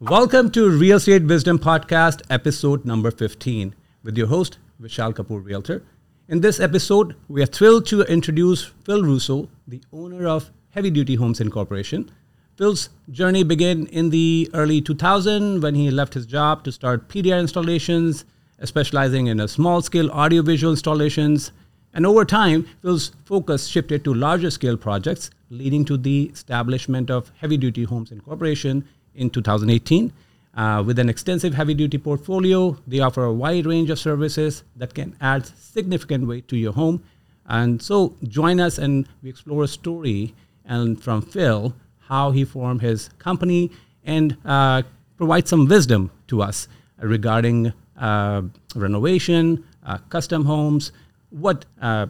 Welcome to Real Estate Wisdom Podcast, episode number 15, with your host, Vishal Kapoor Realtor. In this episode, we are thrilled to introduce Phil Russo, the owner of Heavy Duty Homes Incorporation. Phil's journey began in the early 2000s when he left his job to start PDR installations, specializing in a small scale audiovisual installations. And over time, Phil's focus shifted to larger scale projects, leading to the establishment of Heavy Duty Homes Incorporation in 2018. Uh, with an extensive heavy duty portfolio, they offer a wide range of services that can add significant weight to your home. And so join us and we explore a story and from Phil how he formed his company and uh, provide some wisdom to us regarding uh, renovation, uh, custom homes, what uh,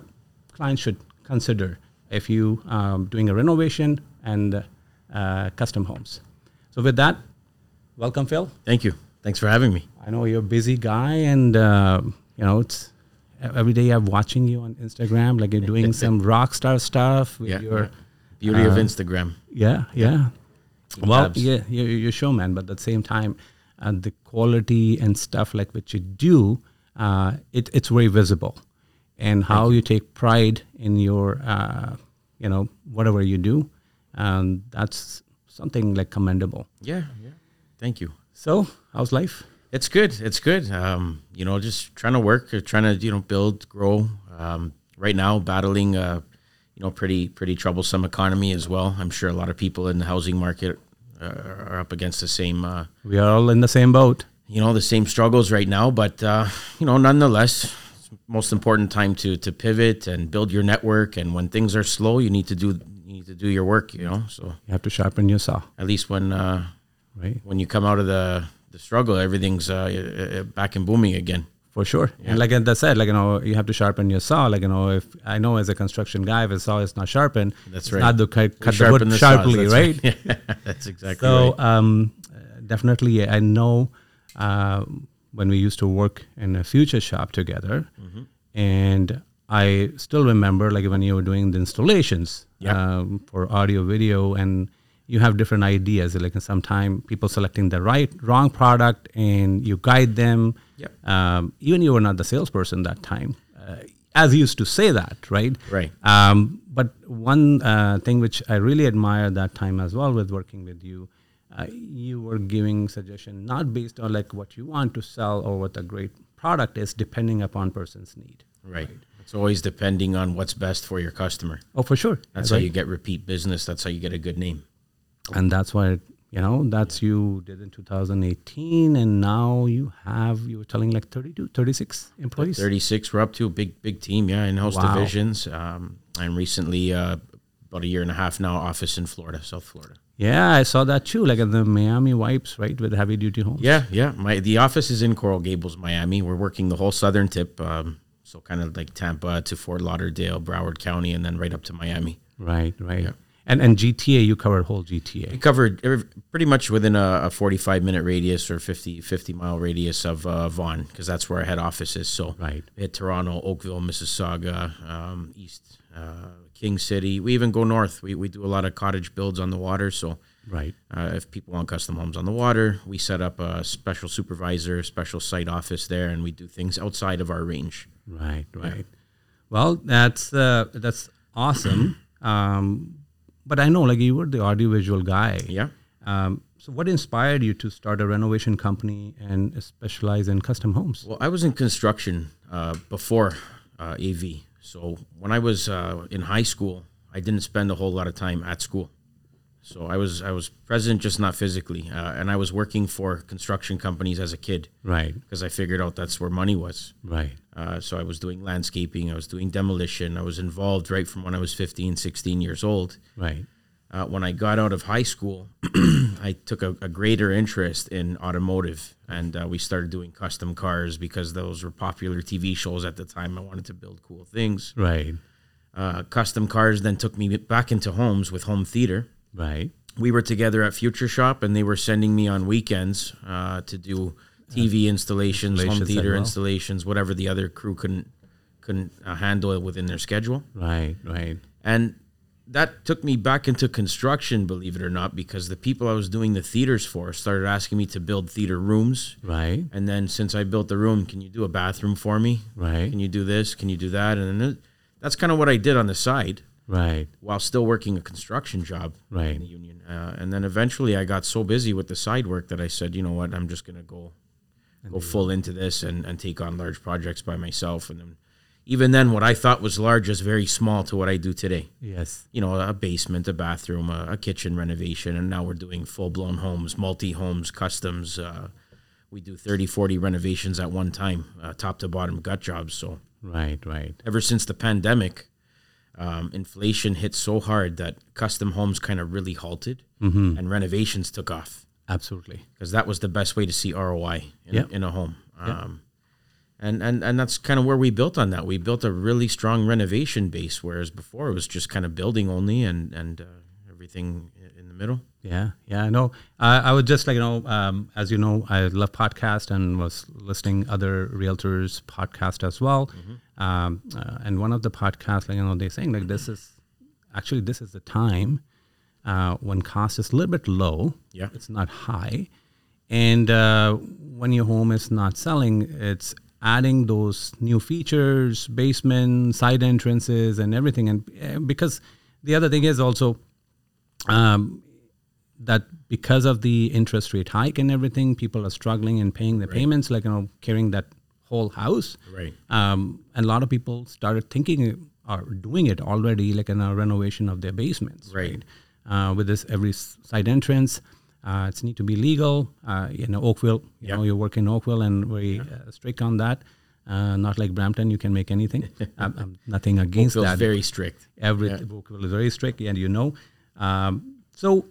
clients should consider if you um, doing a renovation and uh, custom homes. So with that, welcome Phil. Thank you. Thanks for having me. I know you're a busy guy, and uh, you know it's every day I'm watching you on Instagram. Like you're doing some rock star stuff with Yeah. Uh, your Beauty of Instagram. yeah, yeah. Well, tabs. yeah, you're, you're a showman, but at the same time, uh, the quality and stuff like which you do, uh, it, it's very visible, and how you. take pride in your, uh, you know, whatever you do, and that's something like commendable. Yeah, yeah. Thank you. So, how's life? It's good. It's good. Um, you know, just trying to work, uh, trying to you know build, grow. Um, right now, battling uh, you know pretty pretty troublesome economy as well. I'm sure a lot of people in the housing market uh, are up against the same uh, We are all in the same boat. you know the same struggles right now but uh, you know nonetheless it's the most important time to to pivot and build your network and when things are slow you need to do you need to do your work you know so You have to sharpen your saw, at least when uh, right? when you come out of the the struggle everything's uh, uh, back and booming again For sure. And like I said, like, you know, you have to sharpen your saw. Like, you know, if I know as a construction guy, if a saw is not sharpened, That's it's right. not to cut, cut the Sharpen wood the saws, sharply, that's right? that's exactly So, right. um, uh, definitely, I know uh, when we used to work in a future shop together, Mm-hmm. and I still remember like when you were doing the installations Yeah. um, for audio, video, and you have different ideas. Like, and sometimes people selecting the right, wrong product, and you guide them. Yep. Um, even you were not the salesperson that time. Uh, as you used to say that, right? Right. Um, but one uh, thing which I really admire that time as well with working with you, uh, you were giving suggestion not based on like what you want to sell or what a great product is, depending upon person's need. right it's always depending on what's best for your customer Oh, for sure. that's how you get repeat business that's how you get a good name and that's why you know that's you did in 2018, and now you have you were telling like 32, 36 employees. 36 we're up to a big big team yeah in-house Wow. divisions um, and recently uh, about a year and a half now office in florida south florida Yeah, I saw that too, like in the Miami wipes, right, with heavy duty homes. yeah yeah my the office is in coral gables miami we're working the whole southern tip um, so kind of like tampa to fort lauderdale broward county and then right up to miami Right, right. And and GTA, you covered whole GTA. we covered every, pretty much within a, a 45 minute radius or 50 50 mile radius of uh, vaughan because that's where our head office is so Right. we hit toronto oakville mississauga um, east uh, king city we even go north we, we do a lot of cottage builds on the water so Right. uh, if people want custom homes on the water we set up a special supervisor special site office there and we do things outside of our range Right, right. Well, that's uh, that's awesome. um, but I know, like, you were the audiovisual guy. yeah Um, so, what inspired you to start a renovation company and specialize in custom homes? Well, I was in construction uh, before uh, AV. So when I was uh, in high school, I didn't spend a whole lot of time at school. So I was I was present, just not physically. Uh, and I was working for construction companies as a kid Right, because I figured out that's where money was. right, Uh, so I was doing landscaping, I was doing demolition, I was involved right from when I was 15, 16 years old right. uh, when I got out of high school, I took a, a greater interest in automotive, and uh, we started doing custom cars because those were popular TV shows at the time. I wanted to build cool things. Right, Uh, custom cars then took me back into homes with home theater. right. We were together at Future Shop, and they were sending me on weekends uh, to do TV installations, Installations home as theater well. installations, whatever the other crew couldn't couldn't uh, handle within their schedule Right, right, and that took me back into construction, believe it or not, because the people I was doing the theaters for started asking me to build theater rooms. Right. And then since I built the room, can you do a bathroom for me? Right. Can you do this? Can you do that? And then it- that's kind of what I did on the side Right. while still working a construction job Right. in the union. Uh, and then eventually I got so busy with the side work that I said, you know what, I'm just going to go go full into this and, and take on large projects by myself. And then even then, what I thought was large is very small to what I do today. Yes. You know, a basement, a bathroom, a, a kitchen renovation. And now we're doing full blown homes, multi homes, customs. Uh, we do 30, 40 renovations at one time, uh, top to bottom gut jobs. So Right. Right. ever since the pandemic, um, inflation hit so hard that custom homes kind of really halted and renovations took off Absolutely. because that was the best way to see ROI in, Yeah. in a home. Um, and, and, and that's kind of where we built on that. We built a really strong renovation base, whereas before it was just kind of building only and, and uh, everything i- in the middle. Yeah, yeah, I know. I, I was just like, you know, um, as you know, I love podcast and was listening other realtors podcast as well. Um, uh, and one of the podcasts, like, you know, they're saying like this is actually this is the time uh, when cost is a little bit low. Yeah. it's not high, and uh, when your home is not selling, it's adding those new features, basement, side entrances, and everything. And uh, because the other thing is also that because of the interest rate hike and everything, people are struggling in paying their payments, like you know, carrying that whole house. Right. Um, and a lot of people started thinking uh, or doing it already, like in a renovation of their basements. Right. Uh, with this every s- side entrance, uh, it's need to be legal. Uh, you know, Oakville. You Yeah. know, you work in Oakville, and very uh, strict on that. Uh, not like Brampton, you can make anything. I'm, I'm nothing against Feels that very strict. every book is very strict and you know um, so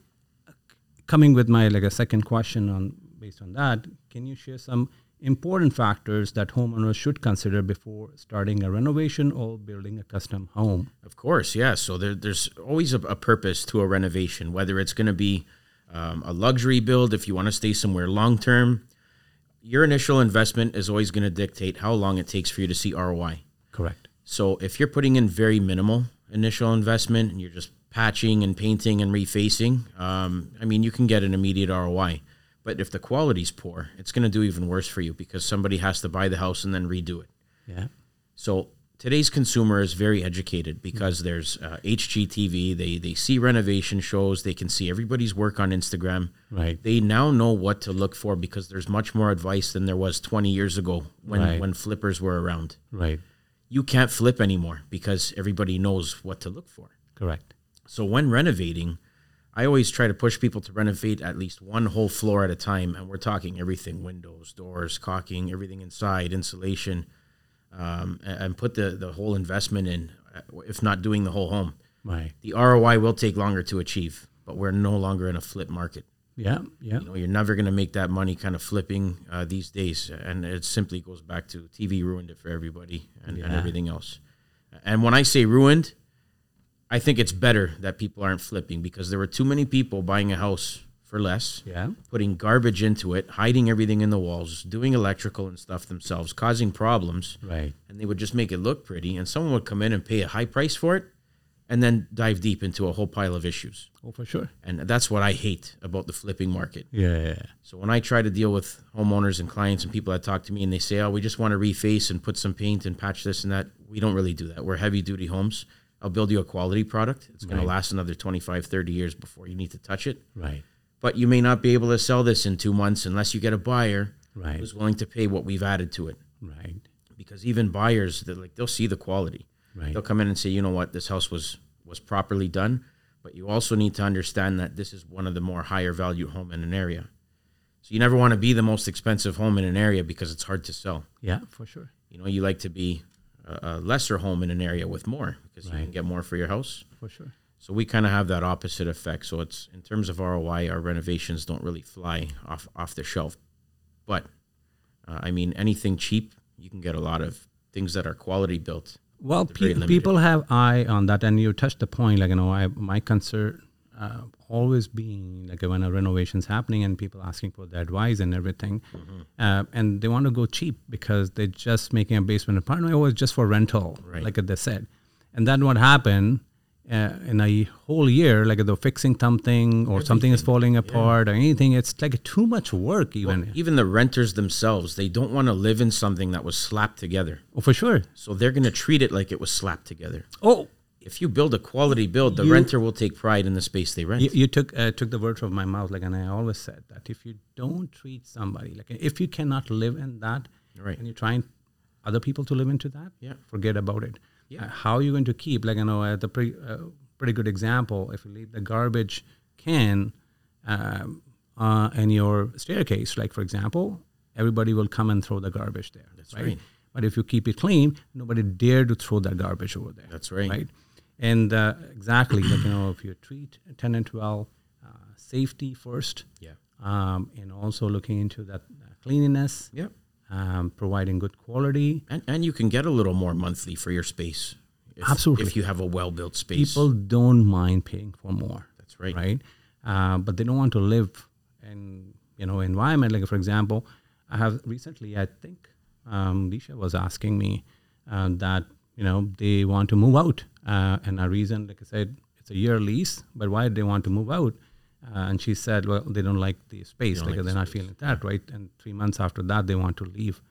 coming with my like a second question on based on that can you share some important factors that homeowners should consider before starting a renovation or building a custom home Of course, yeah. So there, there's always a, a purpose to a renovation, whether it's going to be um, a luxury build, if you want to stay somewhere long term. Your initial investment is always going to dictate how long it takes for you to see ROI. correct So if you're putting in very minimal initial investment and you're just patching and painting and refacing, um, I mean, you can get an immediate ROI. But if the quality's poor, it's going to do even worse for you because somebody has to buy the house and then redo it. yeah So today's consumer is very educated because there's uh, HGTV. They they see renovation shows. They can see everybody's work on Instagram. Right. They now know what to look for because there's much more advice than there was 20 years ago when Right. when flippers were around. right You can't flip anymore because everybody knows what to look for. correct So when renovating, I always try to push people to renovate at least one whole floor at a time, and we're talking everything: windows, doors, caulking, everything inside, insulation, um, a- and, put the the whole investment in, uh, if not doing the whole home. right The ROI will take longer to achieve, but we're no longer in a flip market. yeah yeah You know, you're never going to make that money kind of flipping uh, these days, and it simply goes back to TV ruined it for everybody and, and Yeah. everything else. And when I say ruined, I think it's better that people aren't flipping because there were too many people buying a house for less, yeah putting garbage into it, hiding everything in the walls, doing electrical and stuff themselves, causing problems. right And they would just make it look pretty, and someone would come in and pay a high price for it, and then dive deep into a whole pile of issues. oh for sure And that's what I hate about the flipping market. yeah So when I try to deal with homeowners and clients and people that talk to me and they say, "Oh, we just want to reface and put some paint and patch this and that," we don't really do that. We're heavy duty homes. I'll build you a quality product. It's going to last another 25, 30 years before you need to touch it. right But you may not be able to sell this in 2 months unless you get a buyer Right. who's willing to pay what we've added to it. right Because even buyers, they're like they'll see the quality. Right. They'll come in and say, "You know what? This house was was properly done." But you also need to understand that this is one of the more higher value home in an area. So you never want to be the most expensive home in an area because it's hard to sell. yeah for sure You know, you like to be a, a lesser home in an area with more because you can Right. get more for your house. for sure So we kind of have that opposite effect. So it's in terms of ROI, our renovations don't really fly off off the shelf. But uh, I mean, anything cheap, you can get a lot of things that are quality built. Well, very pe- limited. people have eye on that, and you touched the point. Like you know, I, my concern uh, always being like when a renovation's happening and people asking for the advice and everything, Mm-hmm. uh, and they want to go cheap because they're just making a basement apartment. It was just for rental, Right. like they said, and then what happened uh, in a whole year, like they're fixing something or something is falling apart or anything. It's like too much work, even. Even the renters themselves, they don't want to live in something that was slapped together. oh, for sure. So they're going to treat it like it was slapped together. Oh, If you build a quality build, the You- renter will take pride in the space they rent. you, you took uh, took the words from my mouth. Like, and I always said that if you don't treat somebody like if you cannot live in that, Right. and you're trying other people to live into that, Yeah. forget about it. Yeah. how are you going to keep? Like, you know, uh, the pre, uh, pretty good example. If you leave the garbage can um, uh, in your staircase, like for example, everybody will come and throw the garbage there. That's right. But if you keep it clean, nobody dare to throw that garbage over there. That's right. Right. And uh, exactly, like, you know, if you treat a tenant well, uh, safety first. Yeah. Um, and also looking into that uh, cleanliness. Yeah. Um, providing good quality. And, and you can get a little more monthly for your space. If, Absolutely. If you have a well built space. People don't mind paying for more. That's right. Right. Uh, but they don't want to live in you know environment. Like for example, I have recently. I think um, Disha was asking me uh, that you know they want to move out, uh, and a reason, like I said, it's a year lease. But why they want to move out? Uh, and she said, well, they don't like the space. Like, they're not feeling that right. And three months after that, they want to leave.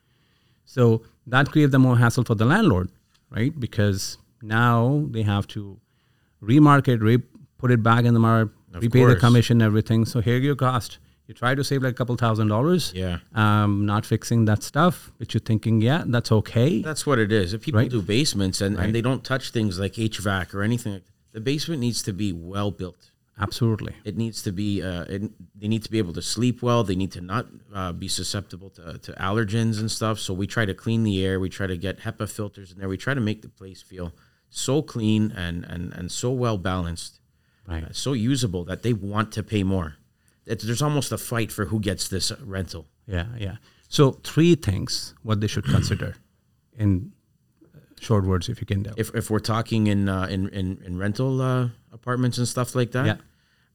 So that creates the more hassle for the landlord, right? Because now they have to remarket, re put it back in the market, repay the course. commission, everything. So here your cost. You try to save like a couple thousand dollars. Yeah. Um, not fixing that stuff, which you're thinking, yeah, that's okay. That's what it is. If people Right. do basements and, and they don't touch things like HVAC or anything, the basement needs to be well built. Absolutely. It needs to be. Uh, it, they need to be able to sleep well. They need to not uh, be susceptible to, to allergens and stuff. So we try to clean the air. We try to get HEPA filters in there. We try to make the place feel so clean and and and so well balanced, Right. uh, so usable that they want to pay more. It's, there's almost a fight for who gets this rental. Yeah, yeah. So three things what they should consider in uh, short words if you can tell. if, if we're talking in, uh, in in in rental uh, apartments and stuff like that, Yeah.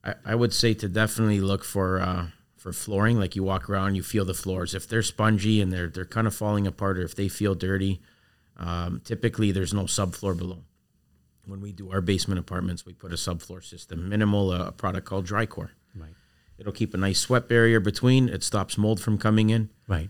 I, I would say to definitely look for uh, for flooring. Like you walk around, you feel the floors. If they're spongy and they're they're kind of falling apart, or if they feel dirty, um, typically there's no subfloor below. When we do our basement apartments, we put a subfloor system, minimal uh, a product called Drycore. right. It'll keep a nice sweat barrier between. It stops mold from coming in Right.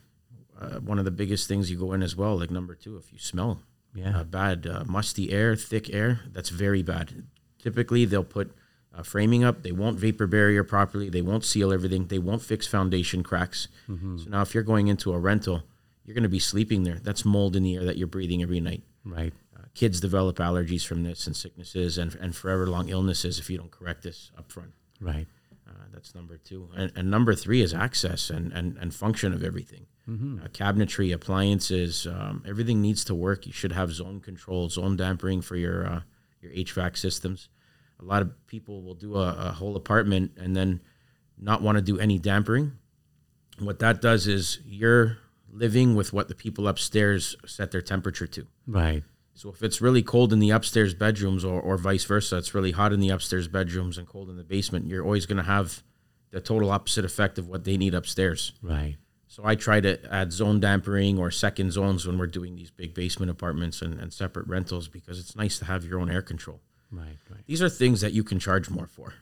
uh, one of the biggest things you go in as well. Like number two, if you smell Yeah. uh, bad, uh, musty air, thick air, that's very bad. Typically, they'll put uh, framing up. They won't vapor barrier properly. They won't seal everything. They won't fix foundation cracks. So now, if you're going into a rental, you're going to be sleeping there. That's mold in the air that you're breathing every night. Right. Uh, kids develop allergies from this and sicknesses and, and forever long illnesses if you don't correct this up front. Right. Uh, that's number two. And, and number three is access and, and, and function of everything. Uh, cabinetry, appliances, um, everything needs to work. You should have zone control, zone dampering for your uh, your HVAC systems. A lot of people will do a, a whole apartment and then not want to do any dampering. What that does is you're living with what the people upstairs set their temperature to. Right. So if it's really cold in the upstairs bedrooms or, or vice versa, it's really hot in the upstairs bedrooms and cold in the basement, you're always going to have the total opposite effect of what they need upstairs. Right. So I try to add zone dampering or second zones when we're doing these big basement apartments and, and separate rentals because it's nice to have your own air control. Right. Right. These are things that you can charge more for.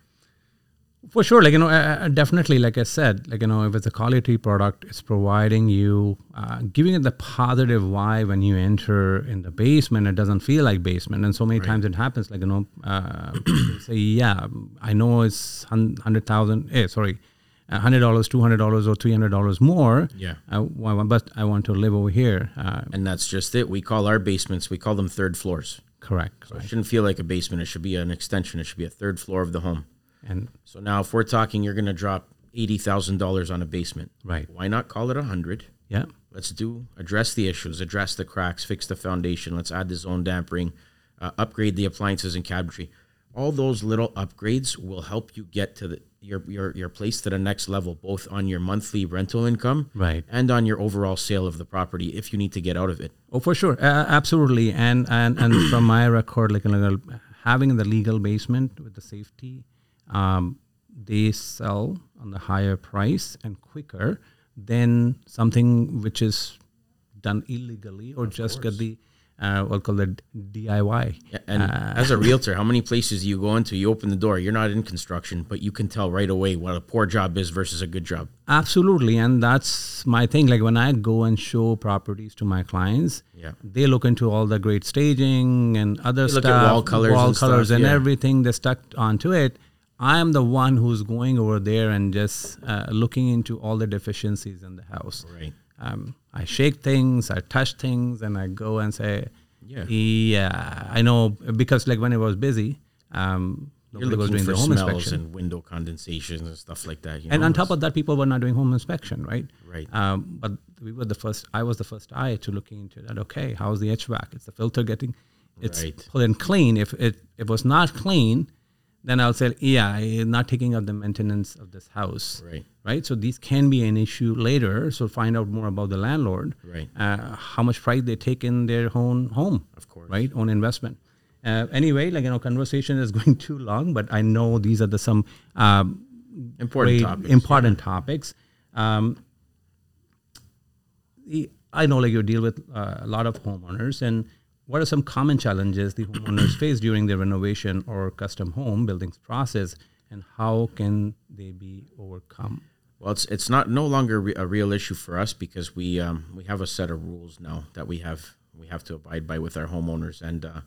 For sure, like you know, uh, uh, definitely, like I said, like you know, if it's a quality product, it's providing you, uh, giving it the positive vibe when you enter in the basement. It doesn't feel like basement, and so many times it happens. Like you know, uh, they say, yeah, I know it's hun- hundred thousand. Eh, sorry, hundred dollars, two hundred dollars, or three hundred dollars more. Yeah. I wa- but I want to live over here. Uh, And that's just it. We call our basements, we call them third floors. correct, It right? shouldn't feel like a basement. It should be an extension. It should be a third floor of the home. And So now, if we're talking, you're going to drop eighty thousand dollars on a basement, Right. Why not call it a hundred? yeah, Let's do address the issues, address the cracks, fix the foundation. Let's add the zone dampering, uh, upgrade the appliances and cabinetry. All those little upgrades will help you get to the, your your your place to the next level, both on your monthly rental income, Right. and on your overall sale of the property if you need to get out of it. Oh, for sure, uh, absolutely, and and and from my record, like you know, having the legal basement with the safety, um, they sell on the higher price and quicker than something which is done illegally or just get the uh, we'll call it DIY. And Uh. as a realtor, how many places you go into, you open the door, you're not in construction, but you can tell right away what a poor job is versus a good job. Absolutely, and that's my thing. Like when I go and show properties to my clients, Yeah. they look into all the great staging and other They stuff, look at wall colours wall and stuff, colours and yeah. everything. They stuck onto it. I am the one who's going over there and just uh, looking into all the deficiencies in the house. Right. Um, I shake things, I touch things, and I go and say, Yeah. yeah, I know." Because like when it was busy, um, You're nobody was doing looking for the home smells inspection and window condensations and stuff like that. You and know? on top of that, people were not doing home inspection, right? Right. Um, but we were the first. I was the first eye to looking into that. Okay, how's the HVAC? Is the filter getting? It's Right. put in clean. If it if it was not clean, then I'll say, yeah, i not taking up the maintenance of this house. Right. Right. So these can be an issue later. So find out more about the landlord. Right. Uh, how much pride they take in their own home. Of course. Right. Own investment. Uh, anyway, like you know, conversation is going too long, but I know these are the some. Um, important great, topics. important topics. Um, the- I know like you deal with uh, a lot of homeowners, and what are some common challenges the homeowners face during the renovation or custom home buildings process, and how can they be overcome? Well, it's it's not no longer re- a real issue for us because we um, we have a set of rules now that we have we have to abide by with our homeowners, and uh,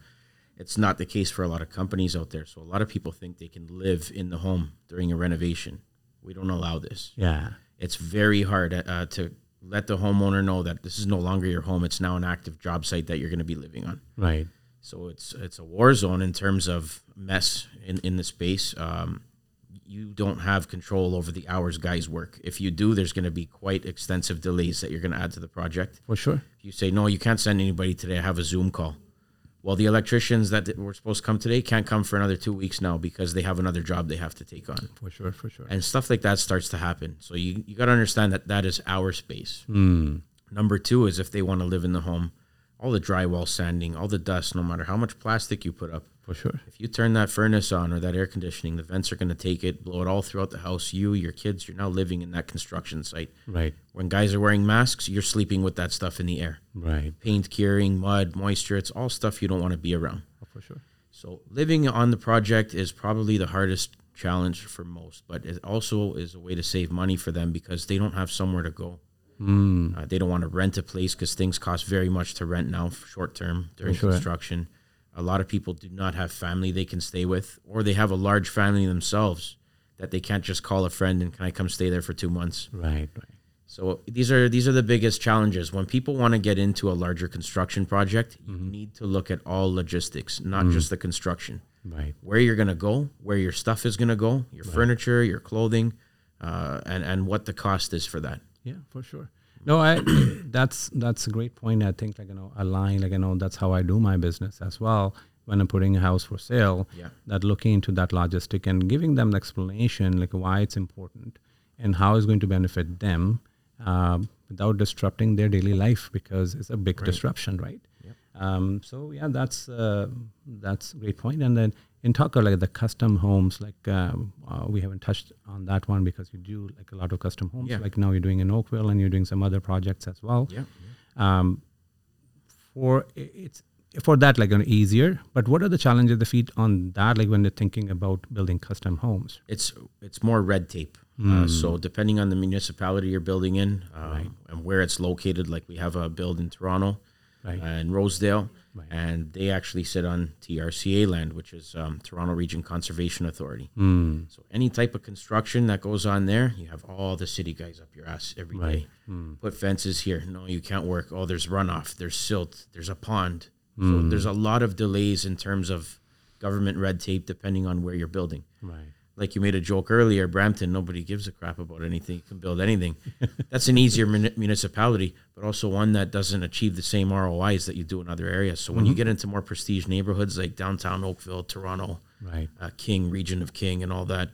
it's not the case for a lot of companies out there. So a lot of people think they can live in the home during a renovation. We don't allow this. Yeah, It's very hard uh, to let the homeowner know that this is no longer your home. It's now an active job site that you're going to be living on. right. So it's it's a war zone in terms of mess in, in the space. Um, you don't have control over the hours guys work. If you do, there's going to be quite extensive delays that you're going to add to the project. For sure. If you say no, you can't send anybody today. I have a Zoom call. Well, the electricians that were supposed to come today can't come for another two weeks now because they have another job they have to take on For sure. For sure. and stuff like that starts to happen. So you you got to understand that that is our space. Number two is if they want to live in the home, all the drywall sanding, all the dust, no matter how much plastic you put up. For sure. If you turn that furnace on or that air conditioning, the vents are going to take it, blow it all throughout the house. You, your kids, you're now living in that construction site. Right. When guys are wearing masks, you're sleeping with that stuff in the air. Right. Paint curing, mud, moisture, it's all stuff you don't want to be around. For sure. So living on the project is probably the hardest challenge for most, but it also is a way to save money for them because they don't have somewhere to go. Uh, they don't want to rent a place because things cost very much to rent now, for short term during sure. construction. A lot of people do not have family they can stay with, or they have a large family themselves that they can't just call a friend and can I come stay there for two months. Right. Right. So these are these are the biggest challenges. When people want to get into a larger construction project, you need to look at all logistics, not just the construction Right. where you're going to go, where your stuff is going to go, your furniture, your clothing, uh, and and what the cost is for that. Yeah, for sure. No, I that's that's a great point. I think like you know, align like you know, that's how I do my business as well. When I'm putting a house for sale, Yeah. that looking into that logistic and giving them the explanation like why it's important and how it's going to benefit them um, without disrupting their daily life because it's a big disruption, right? Um, so yeah, that's uh, that's a great point. And then in talk of like the custom homes, like um, uh, we haven't touched on that one because you do like a lot of custom homes. Yeah. Like now you're doing in Oakville and you're doing some other projects as well. Um, for i- it's for that like you know, easier. But what are the challenges they feet on that? Like when they're thinking about building custom homes, It's it's more red tape. Uh, so depending on the municipality you're building in um, and where it's located, like we have a build in Toronto Right. and Rosedale, and they actually sit on TRCA land, which is um, Toronto Region Conservation Authority. So any type of construction that goes on there, you have all the city guys up your ass every day. Put fences here. No, you can't work. Oh, there's runoff. There's silt. There's a pond. So there's a lot of delays in terms of government red tape, depending on where you're building right? like you made a joke earlier, Brampton, nobody gives a crap about anything. You can build anything. That's an easier mun- municipality, but also one that doesn't achieve the same ROIs that you do in other areas. So when you get into more prestige neighborhoods like downtown Oakville, Toronto, Right. uh, King, region of King, and all that,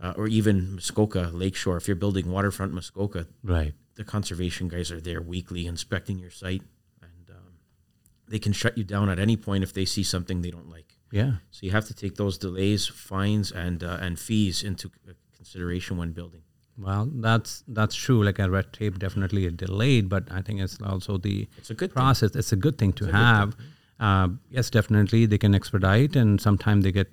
uh, or even Muskoka, Lakeshore, if you're building waterfront Muskoka, Right. the conservation guys are there weekly inspecting your site, and um, they can shut you down at any point if they see something they don't like. Yeah. So you have to take those delays, fines, and uh, and fees into c- uh, consideration when building. Well, that's that's true. Like a red tape, definitely a delayed, but I think it's also the It's a good thing. process. It's a good thing to have. Uh, yes, definitely they can expedite, and sometimes they get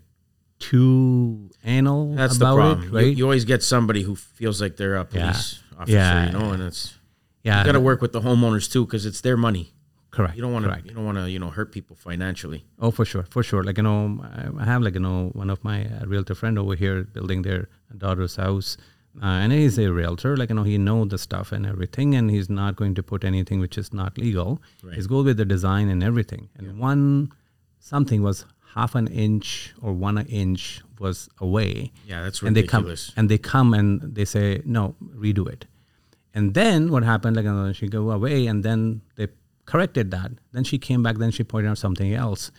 too anal That's about the problem. it, You- right? You, always get somebody who feels like they're a police officer, Yeah, you know, and it's yeah, you got to work with the homeowners too because it's their money. correct. You don't want to correct. you don't want to you know hurt people financially. Oh, for sure, for sure. Like you know, I- I have like you know one of my uh, realtor friend over here building their daughter's house, uh, and he's a realtor. Like you know, he know the stuff and everything, and he's not going to put anything which is not legal. He's go with the design and everything. And one something was half an inch or one inch was away. Yeah, that's and they come ridiculous. and they come and they say no, redo it. And then what happened? Like you know, she go away, and then they corrected that. Then she came back. Then she pointed out something else,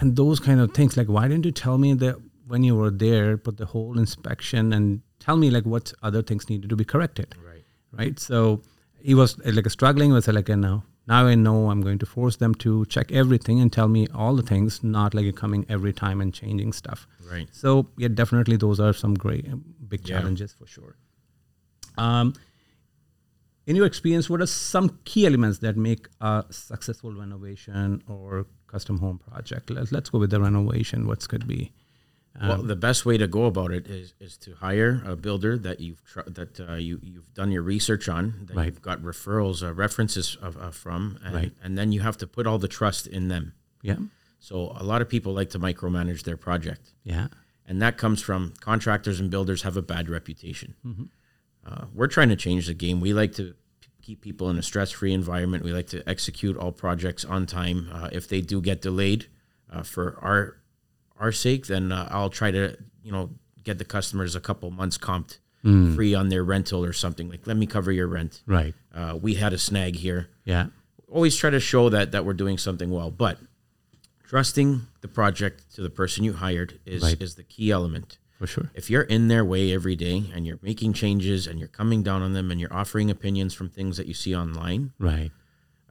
and those kind of things. Like why didn't you tell me that when you were there? Put the whole inspection and tell me like what other things needed to be corrected. Right. Right. So he was uh, like struggling. Was like uh, now now I know I'm going to force them to check everything and tell me all the things, not like coming every time and changing stuff. Right. So yeah, definitely those are some great um, big challenges for sure. Um, in your experience, what are some key elements that make a successful renovation or custom home project? Let's, let's go with the renovation. What's could be? well, Um, the best way to go about it is, is to hire a builder that you've tr- that uh, you you've done your research on, that Right. you've got referrals, uh, references of, uh, from, and, Right. and then you have to put all the trust in them. Yeah, So a lot of people like to micromanage their project, yeah, and that comes from contractors and builders have a bad reputation. Uh, we're trying to change the game. We like to p- keep people in a stress-free environment. We like to execute all projects on time. Uh, if they do get delayed, uh, for our our sake, then uh, I'll try to you know get the customers a couple months comped free on their rental or something. Like let me cover your rent. right, Uh, we had a snag here yeah, always try to show that that we're doing something well but trusting the project to the person you hired is Right. is the key element for sure. if you're in their way every day and you're making changes and you're coming down on them and you're offering opinions from things that you see online Right,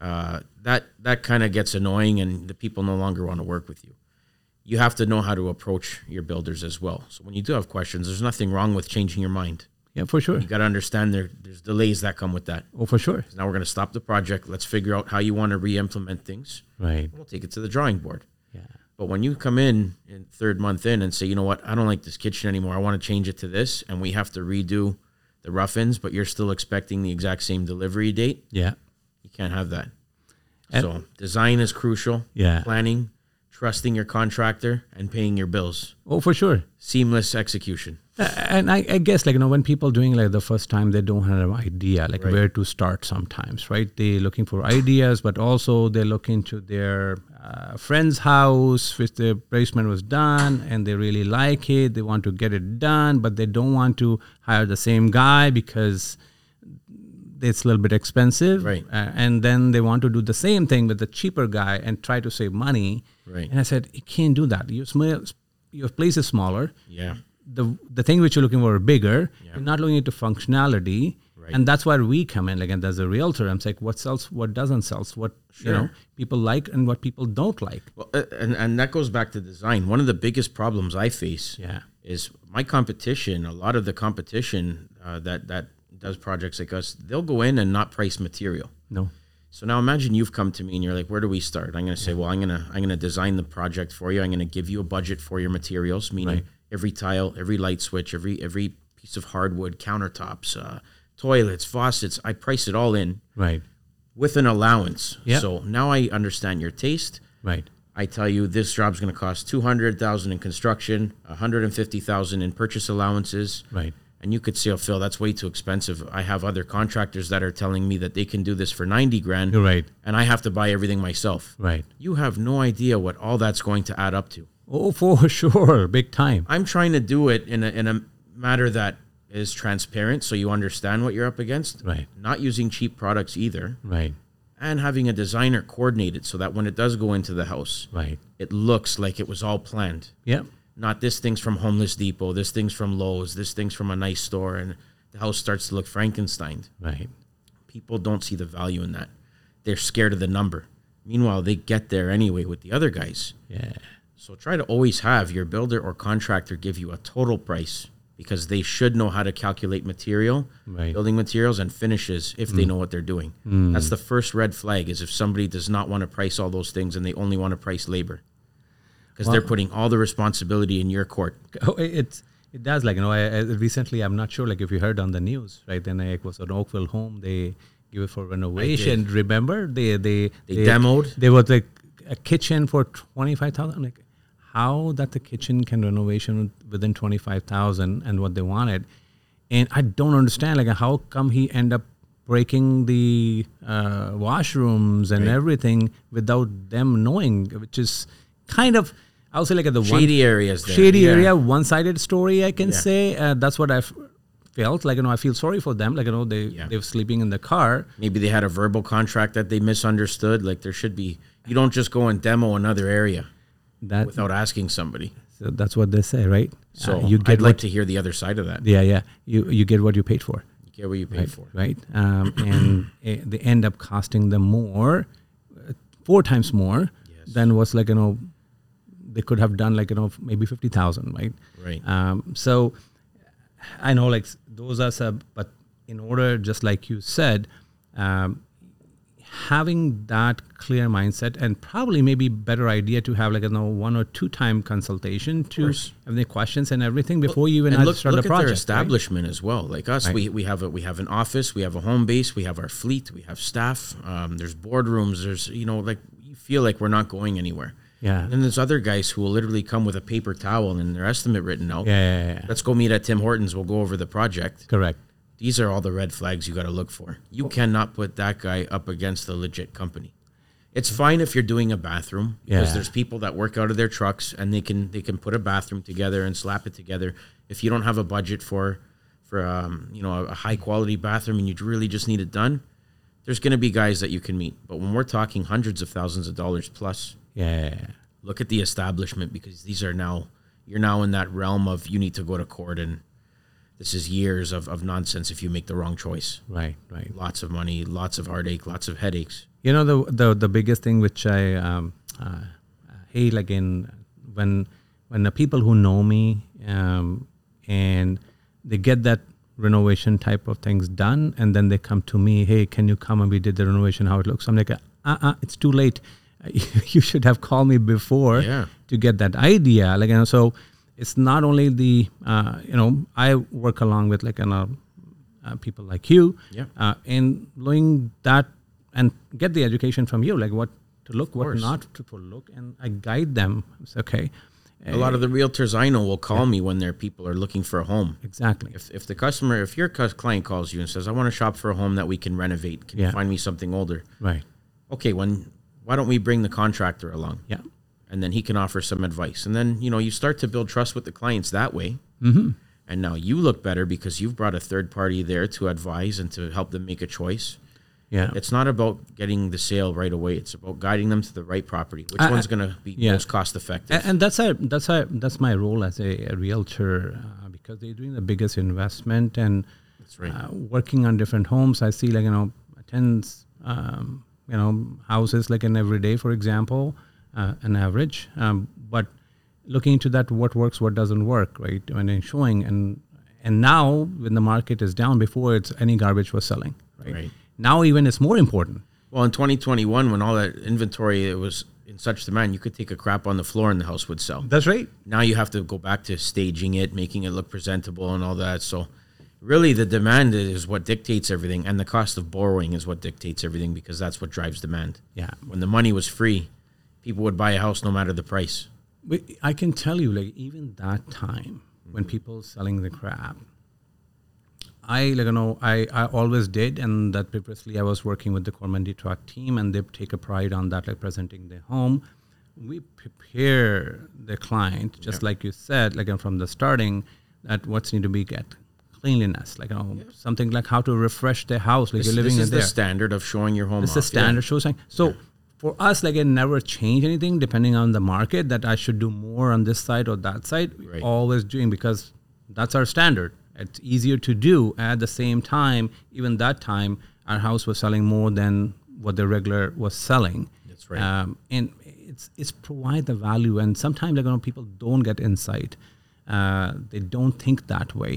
uh, that that kind of gets annoying and the people no longer want to work with you you have to know how to approach your builders as well so when you do have questions there's nothing wrong with changing your mind yeah, for sure. you got to understand there there's delays that come with that Oh, for sure. now we're going to stop the project let's figure out how you want to re-implement things Right. we'll take it to the drawing board. Yeah. But when you come in, in third month in and say, you know what, I don't like this kitchen anymore. I want to change it to this, and we have to redo the rough ins, but you're still expecting the exact same delivery date. Yeah. You can't have that. so design is crucial. Yeah. Planning, trusting your contractor, and paying your bills. Oh, for sure. Seamless execution. Uh, and I, I guess like you know when people doing like the first time they don't have an idea like where to start sometimes right they looking for ideas but also they look into their uh, friend's house which their basement was done and they really like it they want to get it done but they don't want to hire the same guy because it's a little bit expensive Right. uh, and then they want to do the same thing with the cheaper guy and try to save money Right. and i said you can't do that your, sm- your place is smaller Yeah. the the thing which you're looking for are bigger. You're not looking into functionality, Right. and that's why we come in. Like, and as a realtor, I'm like, what sells, what doesn't sells, what you know people like and what people don't like. Well, uh, and, and that goes back to design. One of the biggest problems I face Yeah. is my competition. A lot of the competition uh, that that does projects like us, they'll go in and not price material. No, So now imagine you've come to me and you're like, "Where do we start?" I'm going to say, "Well, I'm going to I'm going to design the project for you. I'm going to give you a budget for your materials, meaning every tile, every light switch, every every piece of hardwood, countertops, uh, toilets, faucets. I price it all in right, with an allowance. Yeah. So now I understand your taste. right, I tell you this job's going to cost 200,000 in construction, 150,000 in purchase allowances. right, And you could say, "Oh, Phil, that's way too expensive." I have other contractors that are telling me that they can do this for 90 grand. You're right. And I have to buy everything myself. right. You have no idea what all that's going to add up to. Oh, for sure, big time. I'm trying to do it in a, in a matter that is transparent so you understand what you're up against. Right. Not using cheap products either Right, and having a designer coordinate it so that when it does go into the house, right. it looks like it was all planned. Yeah, Not this thing's from Homeless Depot, this thing's from Lowe's, this thing's from a nice store, and the house starts to look Frankenstein. right. People don't see the value in that. They're scared of the number. Meanwhile, they get there anyway with the other guys. Yeah, So try to always have your builder or contractor give you a total price because they should know how to calculate material, Right. building materials, and finishes if they know what they're doing. That's the first red flag is if somebody does not want to price all those things and they only want to price labor because they're putting all the responsibility in your court. Oh, it- it's it does like you know. I, I recently, I'm not sure like if you heard on the news, right? Then it was an Oakville home. They give it for renovation. Remember, they they They demoed? There was like a kitchen for twenty five thousand. Like how that the kitchen can renovation within twenty five thousand and what they wanted, and I don't understand like how come he end up breaking the uh, washrooms and everything without them knowing, which is kind of. I would say like at the one Shady areas there. shady Yeah. area one-sided story i can say uh, that's what i've felt like you know i feel sorry for them like you know they they're sleeping in the car Maybe they had a verbal contract that they misunderstood. Like there should be, you don't just go and demo another area that without asking somebody. so that's what they say right So Uh, you get I'd like what to hear the other side of that. yeah yeah you you get what you paid for You get what you pay for. right um, and eh, they end up costing them more uh, four times more than was like you know they could have done like you know maybe 50000 right Right. Um, so I know like s- those are sub, but in order, just like you said, um, having that clear mindset and probably maybe better idea to have like a no one or two time consultation to course. have the questions and everything before you even and look, start look the at project. their right? establishment as well. Like us, we, we have a we have an office, we have a home base, we have our fleet, we have staff. Um, there's boardrooms. There's you know like you feel like we're not going anywhere. Yeah. And then there's other guys who will literally come with a paper towel and their estimate written out. Yeah, yeah, yeah. Let's go meet at Tim Hortons. We'll go over the project. Correct. These are all the red flags you got to look for. You cannot put that guy up against a legit company. It's fine if you're doing a bathroom because Yeah. there's people that work out of their trucks and they can they can put a bathroom together and slap it together. If you don't have a budget for for um, you know a, a high quality bathroom and you really just need it done, there's going to be guys that you can meet. But when we're talking hundreds of thousands of dollars plus, Yeah, yeah, yeah. look at the establishment because these are now you're now in that realm of you need to go to court and this is years of, of nonsense if you make the wrong choice Right, right. lots of money lots of heartache lots of headaches You know the the the biggest thing which I um, uh, hate like in when when the people who know me um, and they get that renovation type of things done and then they come to me hey can you come and we did the renovation how it looks I'm like uh uh it's too late you should have called me before Yeah. to get that idea like you know so it's not only the uh, you know I work along with like an uh, uh, people like you Yeah. uh, and knowing that and get the education from you like what to look what course. not to to look and i guide them it's okay a lot of the realtors i know will call me when their people are looking for a home exactly if, if the customer if your cus- client calls you and says i want to shop for a home that we can renovate can Yeah. you find me something older right okay when why don't we bring the contractor along yeah and then he can offer some advice and then you know you start to build trust with the clients that way Mm-hmm. and now you look better because you've brought a third party there to advise and to help them make a choice yeah it's not about getting the sale right away it's about guiding them to the right property which one's going to be yeah. most cost effective A- and that's a, that's a, that's my role as a, a realtor uh, because they're doing the biggest investment and That's right. uh, working on different homes. I see like you know tens, um, you know houses like in every day, for example, uh, an average. Um, but looking into that, what works, what doesn't work, right? And then showing and and now when the market is down, before it's any garbage was selling, right? Right. Now even it's more important. well in 2021 when all that inventory it was in such demand you could take a crap on the floor and the house would sell That's right. now you have to go back to staging it, making it look presentable and all that. So really the demand is what dictates everything and the cost of borrowing is what dictates everything because that's what drives demand. Yeah. When the money was free, people would buy a house no matter the price. We- I can tell you, like even that time when people selling the crap, I like you know I, I always did, and that previously I was working with the Corman Detroit team, and they take a pride on that, like presenting the home. We prepare the client, just like you said, like uh, from the starting, that what's need to be get cleanliness, like you know something like how to refresh the house, like This, you're living this in is the there. standard of showing your home It's the off, yeah. standard show sign. So for us, like it never changed anything depending on the market that I should do more on this side or that side. We're Right. Always doing because that's our standard. It's easier to do. At the same time, even that time, our house was selling more than what the regular was selling. That's right. Um, and it's it's provide the value, and sometimes like you know, people don't get insight. uh, they don't think that way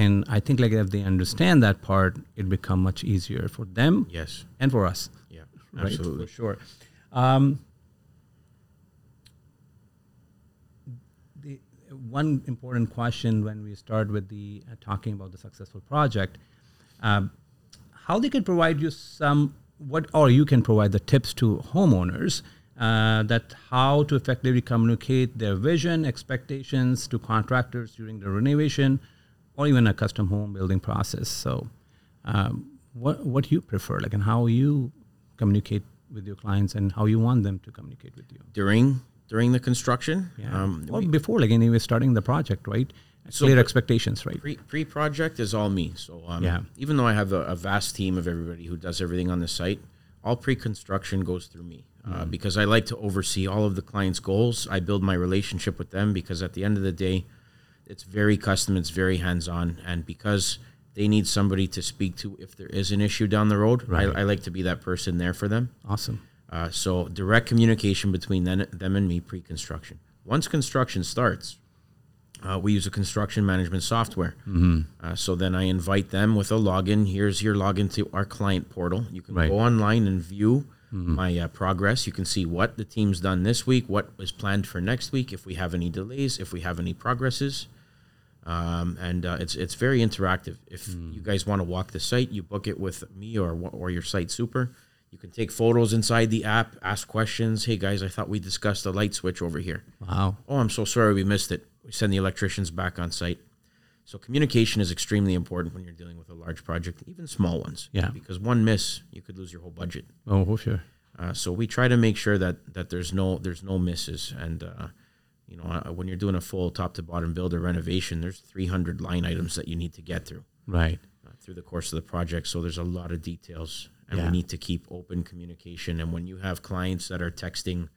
and i think like if they understand that part it become much easier for them Yes. and for us Yeah. right? Absolutely. for sure um, the one important question when we start with the uh, talking about the successful project um, how they can provide you some what or you can provide the tips to homeowners uh, that how to effectively communicate their vision expectations to contractors during the renovation or even a custom home building process so um, what what you prefer like and how you communicate with your clients and how you want them to communicate with you During during the construction, yeah. um, or before like anyway starting the project right So clear pre- expectations right pre pre project is all me. So um, Yeah. even though I have a, a vast team of everybody who does everything on the site, all pre construction goes through me uh, because I like to oversee all of the client's goals. I build my relationship with them because at the end of the day, it's very custom, it's very hands on, and because they need somebody to speak to if there is an issue down the road, I, I like to be that person there for them. awesome Uh, so direct communication between them, them and me pre-construction. Once construction starts, uh, we use a construction management software. Uh, so then I invite them with a login. Here's your login to our client portal. You can Right. go online and view my uh, progress. You can see what the team's done this week, what is planned for next week, if we have any delays, if we have any progresses. Um, and uh, it's it's very interactive. If Hmm. you guys want to walk the site, you book it with me or wh- or your site super. You can take photos inside the app, ask questions. Hey guys, I thought we discussed the light switch over here. wow Oh, I'm so sorry we missed it. We send the electricians back on site. So communication is extremely important when you're dealing with a large project, even small ones. Yeah. Because one miss, you could lose your whole budget. oh for sure Uh, so we try to make sure that that there's no there's no misses. And uh, you know, uh, when you're doing a full top to bottom build or renovation, there's 300 line items that you need to get through right uh, through the course of the project. So there's a lot of details, and Yeah. we need to keep open communication. And when you have clients that are texting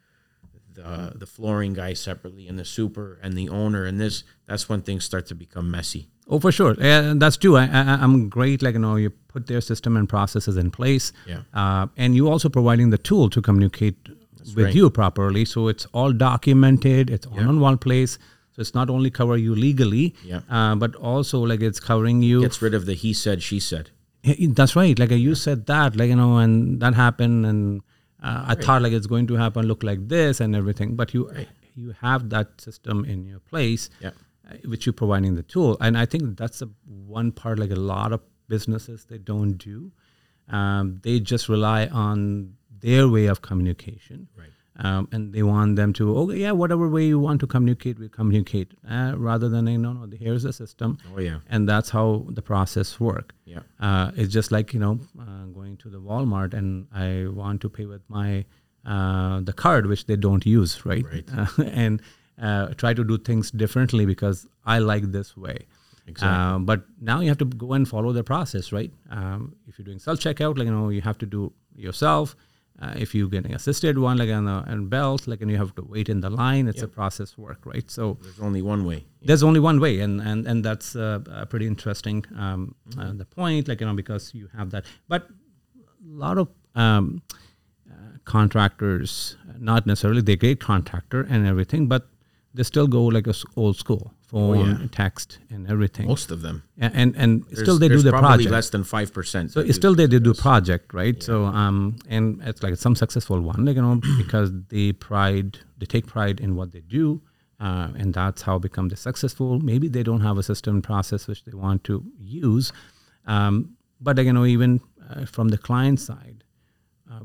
the the flooring guy separately, and the super, and the owner, and this, that's when things start to become messy. Oh, for sure, and that's true. I, I, I'm great. Like you know, you put their system and processes in place, Yeah. uh, and you also providing the tool to communicate with right. you properly. So it's all documented. It's all Yeah. on one place. So it's not only cover you legally, Yeah. uh, but also like it's covering you. Gets rid of the he said, she said. Yeah, it- That's right. Like uh, you said that, like you know, and that happened, and uh, I thought like it's going to happen, look like this, and everything. But you you have that system in your place, Yeah. uh, which you're providing the tool, and I think that's the one part. Like a lot of businesses, they don't do. Um, they just rely on their way of communication, Right. um, and they want them to, oh yeah, whatever way you want to communicate, we communicate, uh, rather than no, no, here's the system, Oh yeah, and that's how the process work. yeah, Uh, it's just like you know uh, going to the Walmart and I want to pay with my uh, the card which they don't use, right? Right. Uh, and uh, try to do things differently because I like this way. Exactly. Um, but now you have to go and follow the process, right? Um, if you're doing self checkout, like you know, you have to do yourself. Uh, if you're getting assisted one, like on the and belt, like and you have to wait in the line. It's a process work, right? So There's only one way. there's only one way and and and that's uh, uh, pretty interesting um, Mm-hmm. uh, the point like you know because you have that but a lot of um, uh, contractors not necessarily they're great contractor and everything but they still go like a s- old school phone text and everything Oh, Most of them. A- and and There's- still they do there's the probably project less than five percent. so it's still they, they do project right so um and it's like some successful one like you know because they pride they take pride in what they do uh, and that's how become the successful maybe they don't have a system process which they want to use um, but like you know even uh, from the client side uh,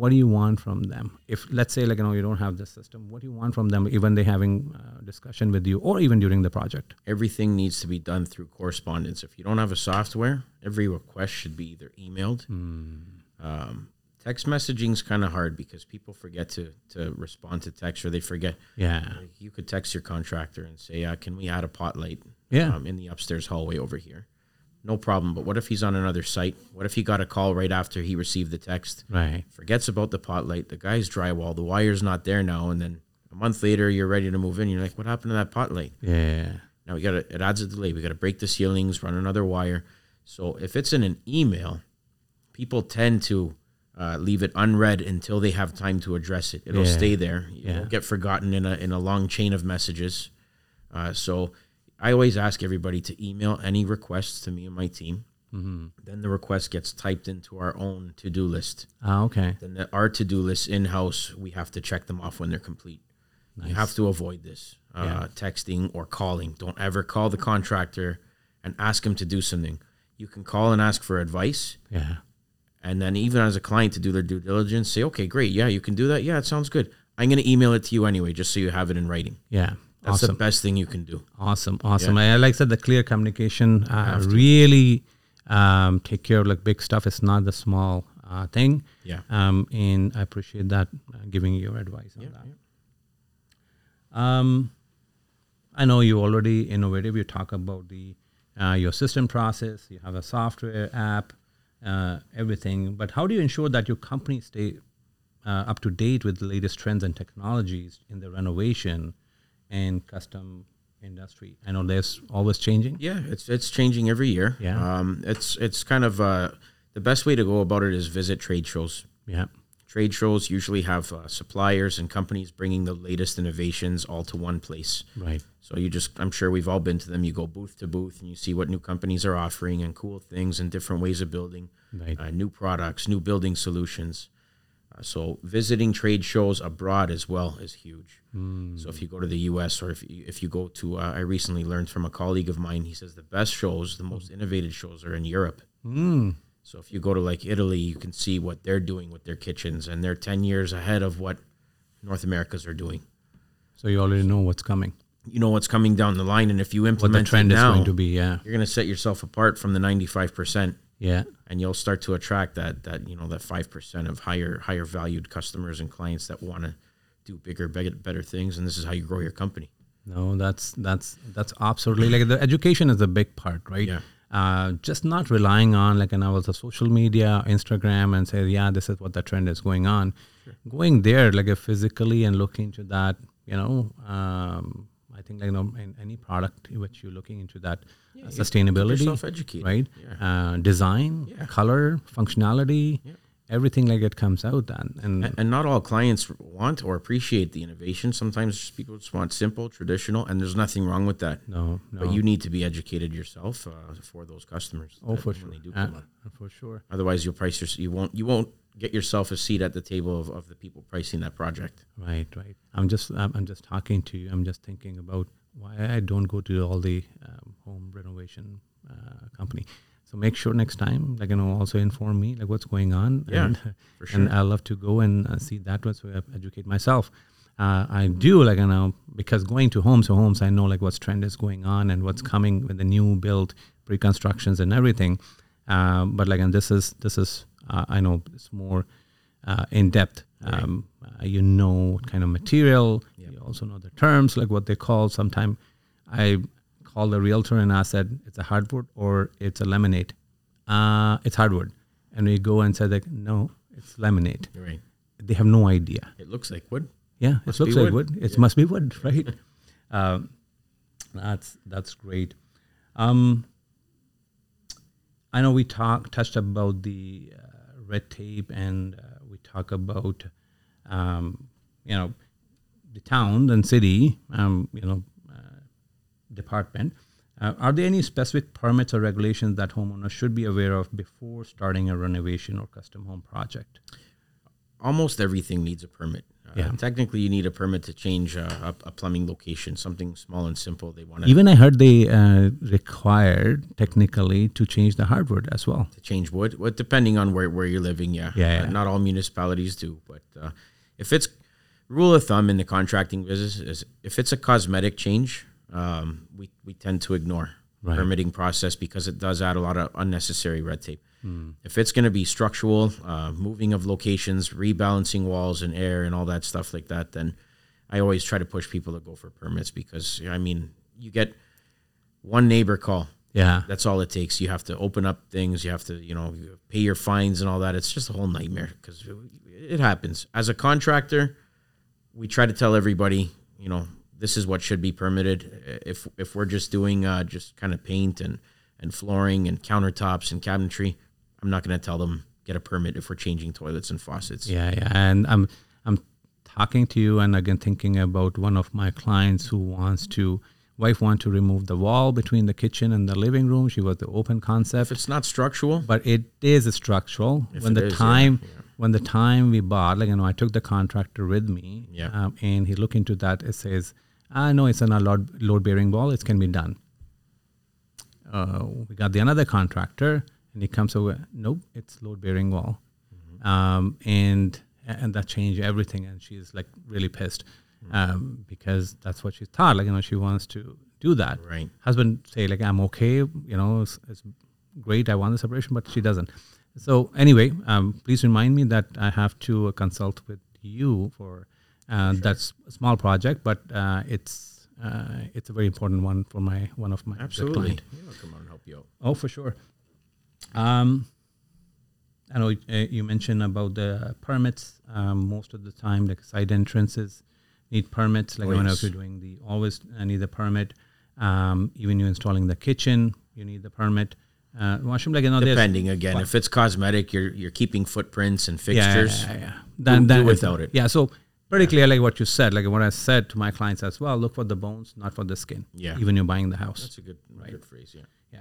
what do you want from them if let's say like you know you don't have this system what do you want from them even they having uh, discussion with you or even during the project everything needs to be done through correspondence. If you don't have a software, every request should be either emailed. Um, text messaging is kind of hard because people forget to to respond to text or they forget. yeah Like, You could text your contractor and say, uh, "Can we add a pot light Yeah. um, in the upstairs hallway over here?" No problem. But what if he's on another site? What if he got a call right after he received the text? right forgets about the pot light. The guy's drywall. The wire's not there now. And then a month later, you're ready to move in. You're like, what happened to that pot light? yeah Now we got to, it adds a delay. We got to break the ceilings, run another wire. So if it's in an email, people tend to uh, leave it unread until they have time to address it. It'll Yeah. stay there. It Yeah. won't get forgotten in a in a long chain of messages. Uh, so I always ask everybody to email any requests to me and my team. Mm-hmm. Then the request gets typed into our own to do list. Ah, okay. Then the, our to do list in house, we have to check them off when they're complete. You have to avoid this uh, texting or calling. Don't ever call the contractor and ask him to do something. You can call and ask for advice. Yeah. And then even as a client to do their due diligence, say, okay, great, yeah, you can do that. Yeah, it sounds good. I'm gonna email it to you anyway, just so you have it in writing. Yeah. That's awesome. the best thing you can do. Awesome, awesome. I like I said, the clear communication uh, really um, take care of like big stuff. It's not the small uh, thing. Yeah. Um, and I appreciate that uh, giving your advice on that. Um, I know you already innovative. You talk about the uh, your system process. You have a software app, uh, everything. But how do you ensure that your company stay uh, up to date with the latest trends and technologies in the renovation and custom industry? I know there's always changing. Yeah, it's it's changing every year. Yeah. Um, it's it's kind of uh, the best way to go about it is visit trade shows. Yeah. Trade shows usually have uh, suppliers and companies bringing the latest innovations all to one place. Right. So you just, I'm sure we've all been to them. You go booth to booth and you see what new companies are offering and cool things and different ways of building, Right. uh, new products, new building solutions. Uh, so visiting trade shows abroad as well is huge. So if you go to the U.S. or if you, if you go to, uh, I recently learned from a colleague of mine. He says the best shows, the most innovative shows, are in Europe. So if you go to like Italy, you can see what they're doing with their kitchens, and they're ten years ahead of what North Americas are doing So you already know what's coming, you know what's coming down the line, and if you what implement the trend it now, is going to be. Yeah. you're going to set yourself apart from the 95 percent, Yeah. and you'll start to attract that that you know that five percent of higher higher valued customers and clients that want to do bigger, bigger, better things, and this is how you grow your company. No, that's that's that's absolutely like the education is a big part, right? Yeah. Uh, just not relying on like and I was a social media, Instagram, and say, yeah, this is what the trend is going on. Going there, like uh, physically, and looking into that, you know, um, I think like you know, in any product which you're looking into that uh, sustainability, yourself educated. right? Uh, design, color, functionality, everything like it comes out then, and And not all clients want or appreciate the innovation. Sometimes just people just want simple, traditional, and there's nothing wrong with that. no, no, But you need to be educated yourself uh, for those customers. oh for when sure, they do Uh, come on. for sure. Otherwise, you'll price your, you won't you won't get yourself a seat at the table of, of the people pricing that project. Right, right. I'm just, I'm, I'm just talking to you. I'm just thinking about why I don't go to all the um, home renovation uh, company. So make sure next time, like you know, also inform me like what's going on. Yeah, and, for And I love to go and uh, see that one, so I educate myself. Uh, I do like you know because going to homes to homes, I know like what's trend is going on and what's coming with the new build pre-constructions and everything. Um, but like, and this is this is uh, I know it's more uh, in depth. Um, uh, you know what kind of material. You also know the terms, like what they call. Sometime I called the realtor and I said it's a hardwood or it's a lemonade. Uh, it's hardwood, and we go and say like no, it's lemonade. You're right. They have no idea. It looks like wood. Yeah, it looks be like wood. wood. It must be wood, right? um, that's that's great. Um, I know we talked touched about the uh, red tape, and uh, we talk about um, you know the town and city, um, you know, uh, department. Uh, are there any specific permits or regulations that homeowners should be aware of before starting a renovation or custom home project? Almost everything needs a permit. Uh, Yeah. Technically, you need a permit to change uh, a, a plumbing location, something small and simple. They want to Even I heard they uh, required technically to change the hardwood as well. change wood, well, depending on where, where you're living. Yeah. Yeah, Uh, yeah. not all municipalities do, but uh, if it's rule of thumb in the contracting business is if it's a cosmetic change, um, we, we tend to ignore Right. permitting process because it does add a lot of unnecessary red tape. Hmm. If it's going to be structural, uh, moving of locations, rebalancing walls and air and all that stuff like that, then I always try to push people to go for permits because I mean, you get one neighbor call Yeah, that's all it takes. You have to open up things. You have to, you know, pay your fines and all that. It's just a whole nightmare because it happens. As a contractor, we try to tell everybody, you know, this is what should be permitted. If if we're just doing uh, just kind of paint and and flooring and countertops and cabinetry, I'm not going to tell them get a permit if we're changing toilets and faucets. yeah, yeah. And I'm I'm talking to you, and again thinking about one of my clients who wants to Wife wanted to remove the wall between the kitchen and the living room. She was the open If concept, it's not structural, but it is structural. when it the is, yeah, time when the time we bought, like you know, I took the contractor with me, Yeah. um, and he looked into that. It says, "Ah, no, it's not a load load bearing wall. It can be done." uh, we got the another contractor, and he comes over. Nope, it's load bearing wall, Mm-hmm. um, and and that changed everything. And she's like really pissed Mm. um, because that's what she's taught. Like you know, she wants to do that. Right. Husband say like I'm okay. You know, it's, it's great. I want the separation, but she doesn't. So anyway, um, please remind me that I have to uh, consult with you for uh, that s- small project, but uh, it's uh, it's a very important one for my one of my the absolutely. client. Yeah, I'll come out and help you out. Oh, for sure. Um, I know uh, you mentioned about the permits. Um, most of the time, like side entrances need permits. Like Oh, I don't know if yes. you're doing the always uh, need a permit. Um, even you're installing the kitchen, you need the permit. Uh, Washroom, like you know, there's- Depending again, if it's cosmetic, you're you're keeping footprints and yeah, yeah, fixtures. yeah, yeah. Then, do then without it. Yeah. So pretty clear, like what you said, like what I said to my clients as well. Look for the bones, not for the skin. Yeah. Even you're buying the house. That's a good, good phrase. Yeah. Yeah.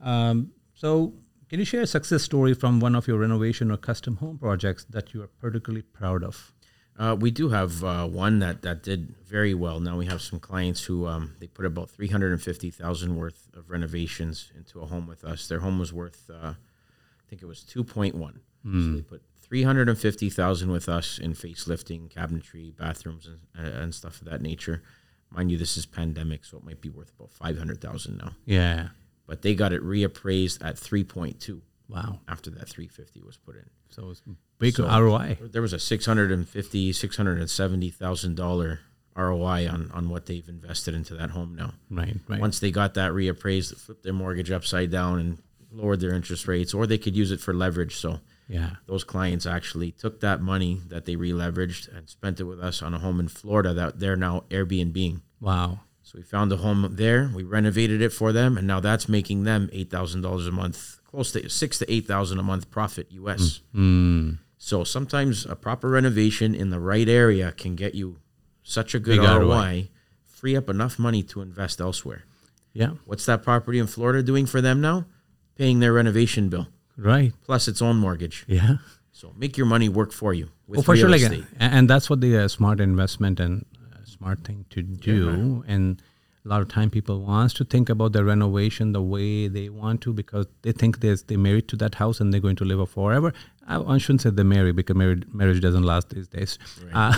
Um, so, can you share a success story from one of your renovation or custom home projects that you are particularly proud of? Uh, we do have uh, one that, that did very well. Now we have some clients who um, they put about three hundred and fifty thousand worth of renovations into a home with us. Their home was worth, uh, I think it was two point one. So they put three hundred and fifty thousand with us in facelifting, cabinetry, bathrooms, and, uh, and stuff of that nature. Mind you, this is pandemic, so it might be worth about five hundred thousand now. Yeah. But they got it reappraised at three point two Wow. after that three fifty was put in So it's big So- ROI. there was a six hundred and fifty, six hundred and seventy thousand dollar ROI on on what they've invested into that home now. Right. Right. Once they got that reappraised, they flipped their mortgage upside down and lowered their interest rates, or they could use it for leverage. So yeah. those clients actually took that money that they re-leveraged and spent it with us on a home in Florida that they're now Airbnb. Wow. So we found a home there, we renovated it for them, and now that's making them eight thousand dollars a month, close to six to eight thousand a month profit US. Hmm. So sometimes a proper renovation in the right area can get you such a good Big ROI. ROI, free up enough money to invest elsewhere. Yeah. What's that property in Florida doing for them now? Paying their renovation bill Right. plus its own mortgage. Yeah. So make your money work for you with Well, Oh, for real sure, like, estate. a- and that's what the uh, smart investment and uh, smart thing to do. And a lot of time, people wants to think about the renovation the way they want to because they think they're they married to that house and they're going to live forever. I, I shouldn't say they're married because married, marriage doesn't last these days. Uh,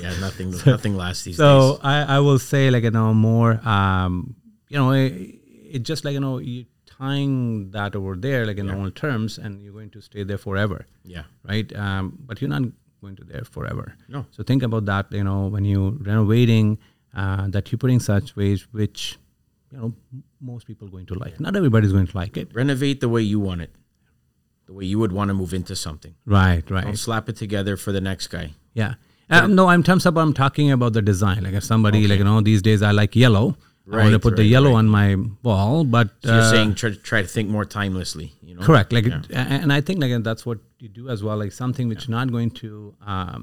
yeah, nothing nothing lasts these days. so I, I will say like you know more um you know it, it just like you know you tying that over there like in normal terms and you're going to stay there forever Yeah. right um, but you're not going to there forever No. so think about that you know when you renovating uh, that you put in such ways which you know m- most people going to like not everybody's going to like it Renovate the way you want it. The way you would want to move into something. right right Don't slap it together for the next guy. Yeah. Uh, no, I'm terms of I'm talking about the design. Like if somebody like you know these days I like yellow. I want to Right, put the right, yellow on my wall, but So uh, you're saying try, try to think more timelessly, you know? correct. Like, it- a- and I think like and that's what you do as well. Like something which not going to um,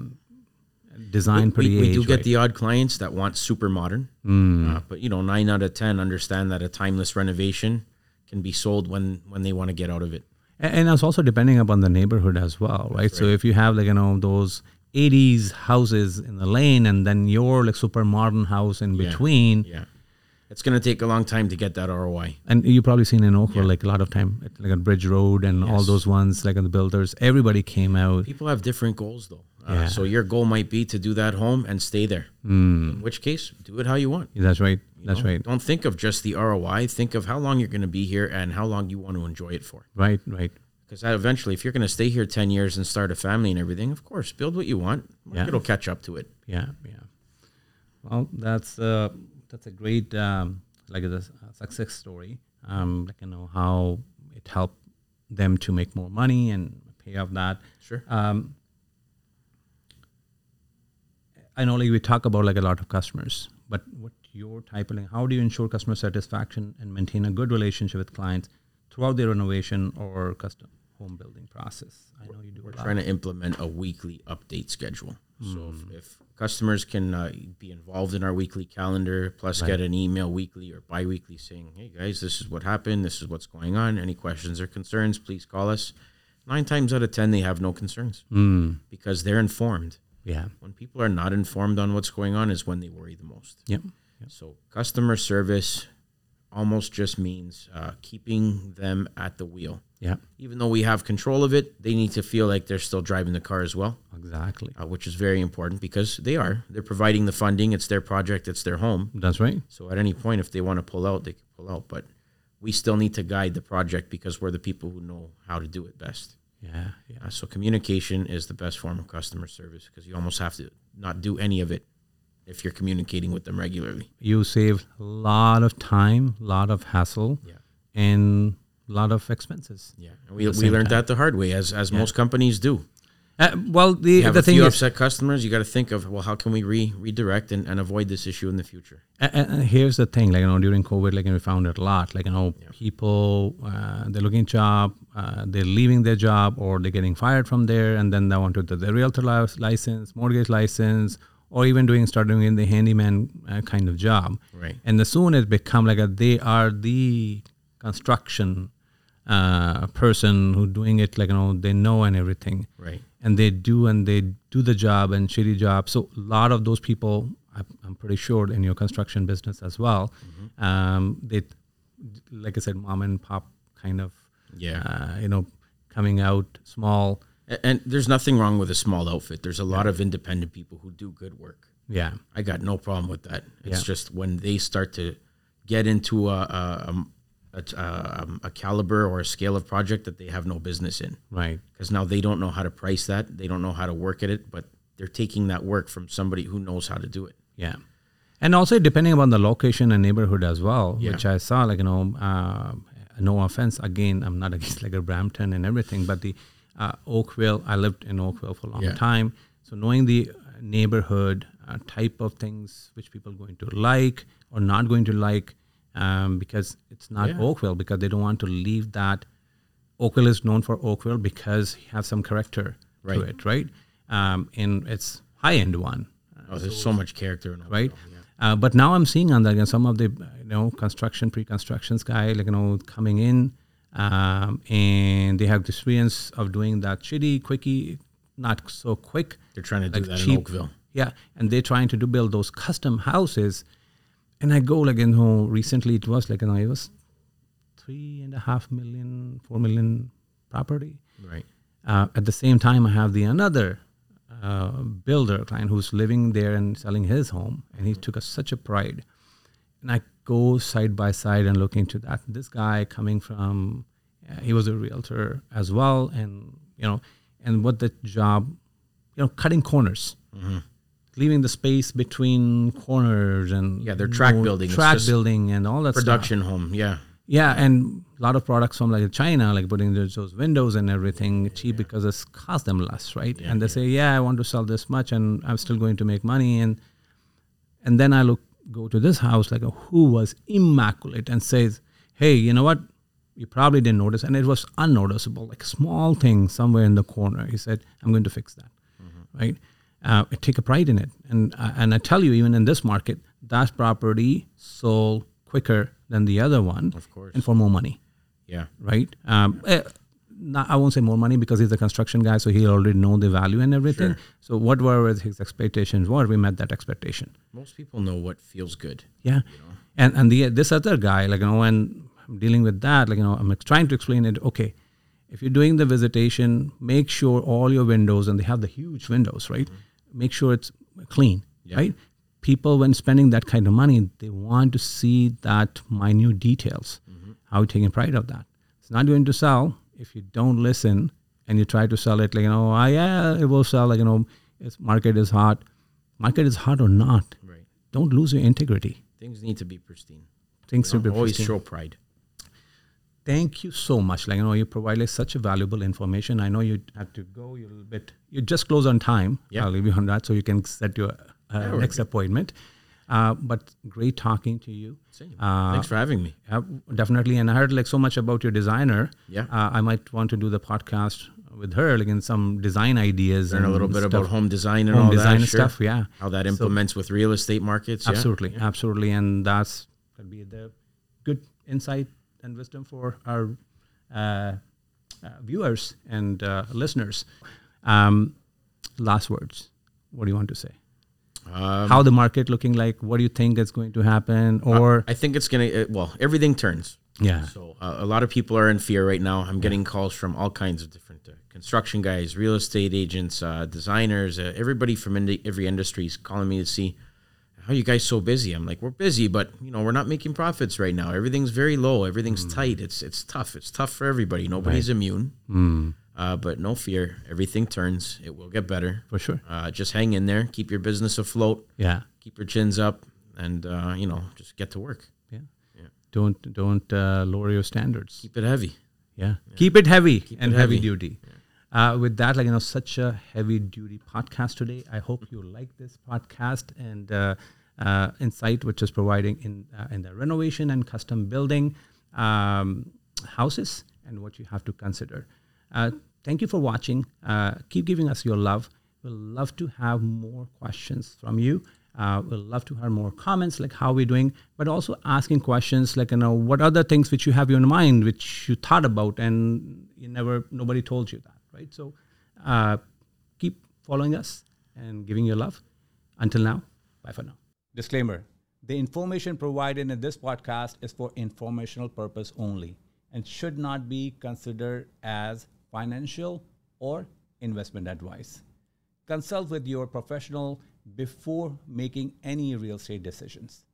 design pretty We, we do age, get right? Mm. the odd clients that want super modern, uh, but you know, nine out of ten understand that a timeless renovation can be sold when when they want to get out of it. A- and it's also depending upon the neighborhood as well, right? So if you have like you know those 80s houses in the lane, and then your like super modern house in between, Yeah, it's going to take a long time to get that ROI. and you've probably seen in Oakville like a lot of time, at, like on Bridge Road and all those ones, like on the builders, everybody came out. People have different goals though, uh, so your goal might be to do that home and stay there. In which case, do it how you want. Yeah, That's right. Mm. That's know? right. Don't think of just the ROI. Think of how long you're going to be here and how long you want to enjoy it for. Right. Right. Because eventually, if you're going to stay here 10 years and start a family and everything, of course, build what you want. Market will catch up to it. Yeah. Yeah. Well, that's uh, that's a great um, like a, a success story. Um, like you know how it helped them to make more money and pay off that. Sure. Um, I know like we talk about like a lot of customers, but what your type of like, how do you ensure customer satisfaction and maintain a good relationship with clients throughout their renovation or custom home building process? I know you do a lot. Trying to implement a weekly update schedule. So if, if customers can uh, be involved in our weekly calendar, plus get an email weekly or biweekly saying, "Hey guys, this is what happened. This is what's going on. Any questions or concerns? Please call us." Nine times out of ten, they have no concerns Hmm. because they're informed. Yeah. When people are not informed on what's going on, is when they worry the most. Yep. So customer service almost just means uh, keeping them at the wheel. Yeah. Even though we have control of it, they need to feel like they're still driving the car as well, Exactly. uh, which is very important because they are. They're providing the funding. It's their project. It's their home. That's right. So at any point, if they want to pull out, they can pull out. But we still need to guide the project because we're the people who know how to do it best. Yeah. Yeah. Uh, so communication is the best form of customer service because you almost have to not do any of it if you're communicating with them regularly. You save a lot of time, lot of hassle, Yeah. and a lot of expenses. Yeah, and we, we learned that the hard way, as as most companies do. Uh, well, the You have the a thing few is, upset customers. You got to think of well, how can we re- redirect and, and avoid this issue in the future? A- a- and here's the thing like you know during covid like we found it a lot like you know people uh, they're looking job uh, they're leaving their job or they're getting fired from there and then they want to do their realtor li- license mortgage license or even doing start doing in the handyman uh, kind of job Right. and the soon it become like a, they are the construction uh, person who doing it like you know they know and everything Right. and they do and they do the job and shitty job. So a lot of those people, I, I'm pretty sure, in your construction business as well, um, they, like I said, mom and pop kind of, Yeah. uh, you know, coming out small. A- And there's nothing wrong with a small outfit. There's a lot of independent people who do good work. Yeah, I got no problem with that. It's Yeah. just when they start to get into a a, um, a, t- a, um, a caliber or a scale of project that they have no business in, right. because now they don't know how to price that. They don't know how to work at it, but they're taking that work from somebody who knows how to do it. Yeah. And also depending upon the location and neighborhood as well, Yeah. which I saw, like, you know, uh, no offense, again, I'm not against like a Brampton and everything, but the uh, Oakville, I lived in Oakville for a long Yeah. time. So knowing the uh, neighborhood uh, type of things which people going to like or not going to like, um, because it's not Yeah. Oakville, because they don't want to leave that. Oakville is known for Oakville because he has some character to Right. it, right? Um, and it's high end one Oh, there's so much character in Uh, right? Uh, but now I'm seeing on that, you know, some of the you know construction pre-constructions guy, like you know, coming in, um, and they have the experience of doing that shitty, quickie, not so quick, They're trying to do like that in cheap. Oakville. Yeah, and they're trying to do build those custom houses, and I go like you know, recently it was like you know, it was three and a half million, four million property. Right. Uh, at the same time, I have the another uh, builder client who's living there and selling his home, and he Mm-hmm. took us such a pride. And I go side by side and look into that. This guy coming from, uh, he was a realtor as well, and you know, and what the job, you know, cutting corners. Mm-hmm. Leaving the space between corners and Yeah, they're track more building. It's track just building, and all that stuff. Production home. Yeah. Yeah, and a lot of products from like China, like putting those, those windows and everything cheap because it's cost them less, right? and they say, yeah, I want to sell this much, and I'm still going to make money. And and then I look go to this house like who was immaculate and says, hey, you know what? You probably didn't notice, and it was unnoticeable, like a small thing somewhere in the corner. He said, I'm going to fix that, Mm-hmm. right? Uh, I take a pride in it, and I and I tell you, even in this market, that property sold quicker than the other one Of course. and for more money, Yeah. right? Um, eh, not, I won't say more money because he's a construction guy, so he already know the value and everything. So what were his expectations were, we met that expectation. Most people know what feels good. Yeah, and and the this other guy, like you know, when I'm dealing with that, like you know, I'm ex- trying to explain it. Okay, if you're doing the visitation, make sure all your windows, and they have the huge windows, right? Make sure it's clean, right? People, when spending that kind of money, they want to see that minute details. How you taking pride of that? It's not going to sell if you don't listen and you try to sell it like you know, ah, yeah, it will sell. Like you know, it's market is hot. Market is hot or not? Right. Don't lose your integrity Things need to be pristine. things to Don't be always pristine. show pride. Thank you so much. Like I know you provided such a valuable information. I know you have to go. You're a little bit. You just close on time. Yeah. I'll leave you on that, so you can set your uh, next appointment. Uh, but great talking to you. Same. Uh, Thanks for having me. yeah, definitely. And I heard like so much about your designer. Yeah. Uh, I might want to do the podcast with her, like in some design ideas Learn a little bit Mm, stuff, about home design and home all design that. and sure. stuff. Yeah, How that implements with real estate markets. yeah. absolutely, absolutely, and that's that'd be the good insight and wisdom for our uh, uh, viewers and uh, listeners. Um, last words. What do you want to say? How the market looking like? What do you think is going to happen? Or I think it's gonna. uh well, everything turns. yeah, So uh, a lot of people are in fear right now. I'm getting calls from all kinds of different uh, construction guys, real estate agents, uh, designers, uh, everybody from indi- every industry is calling me to see how are you guys so busy. I'm like, we're busy, but you know, we're not making profits right now. Everything's very low. Everything's tight. It's it's tough. It's tough for everybody. Nobody's immune. Uh, but no fear. Everything turns. It will get better. for sure. Uh, just hang in there. Keep your business afloat. Yeah. Keep your chins up, and uh, you know, just get to work. Yeah. Don't don't uh, lower your standards. Keep it heavy. yeah. Keep it heavy and it heavy, heavy. duty. Uh, with that, like you know, such a heavy duty podcast today. I hope you like this podcast and uh, uh, insight which is providing in uh, in the renovation and custom building um, houses and what you have to consider. Uh, thank you for watching. Uh, keep giving us your love. We'll love to have more questions from you. Uh, we'll love to hear more comments like how we're doing, but also asking questions like, you know, what other things which you have in mind, which you thought about and you never, nobody told you that, right? So uh, keep following us and giving your love. Until now, bye for now. Disclaimer The information provided in this podcast is for informational purpose only and should not be considered as financial or investment advice. Consult with your professional before making any real estate decisions.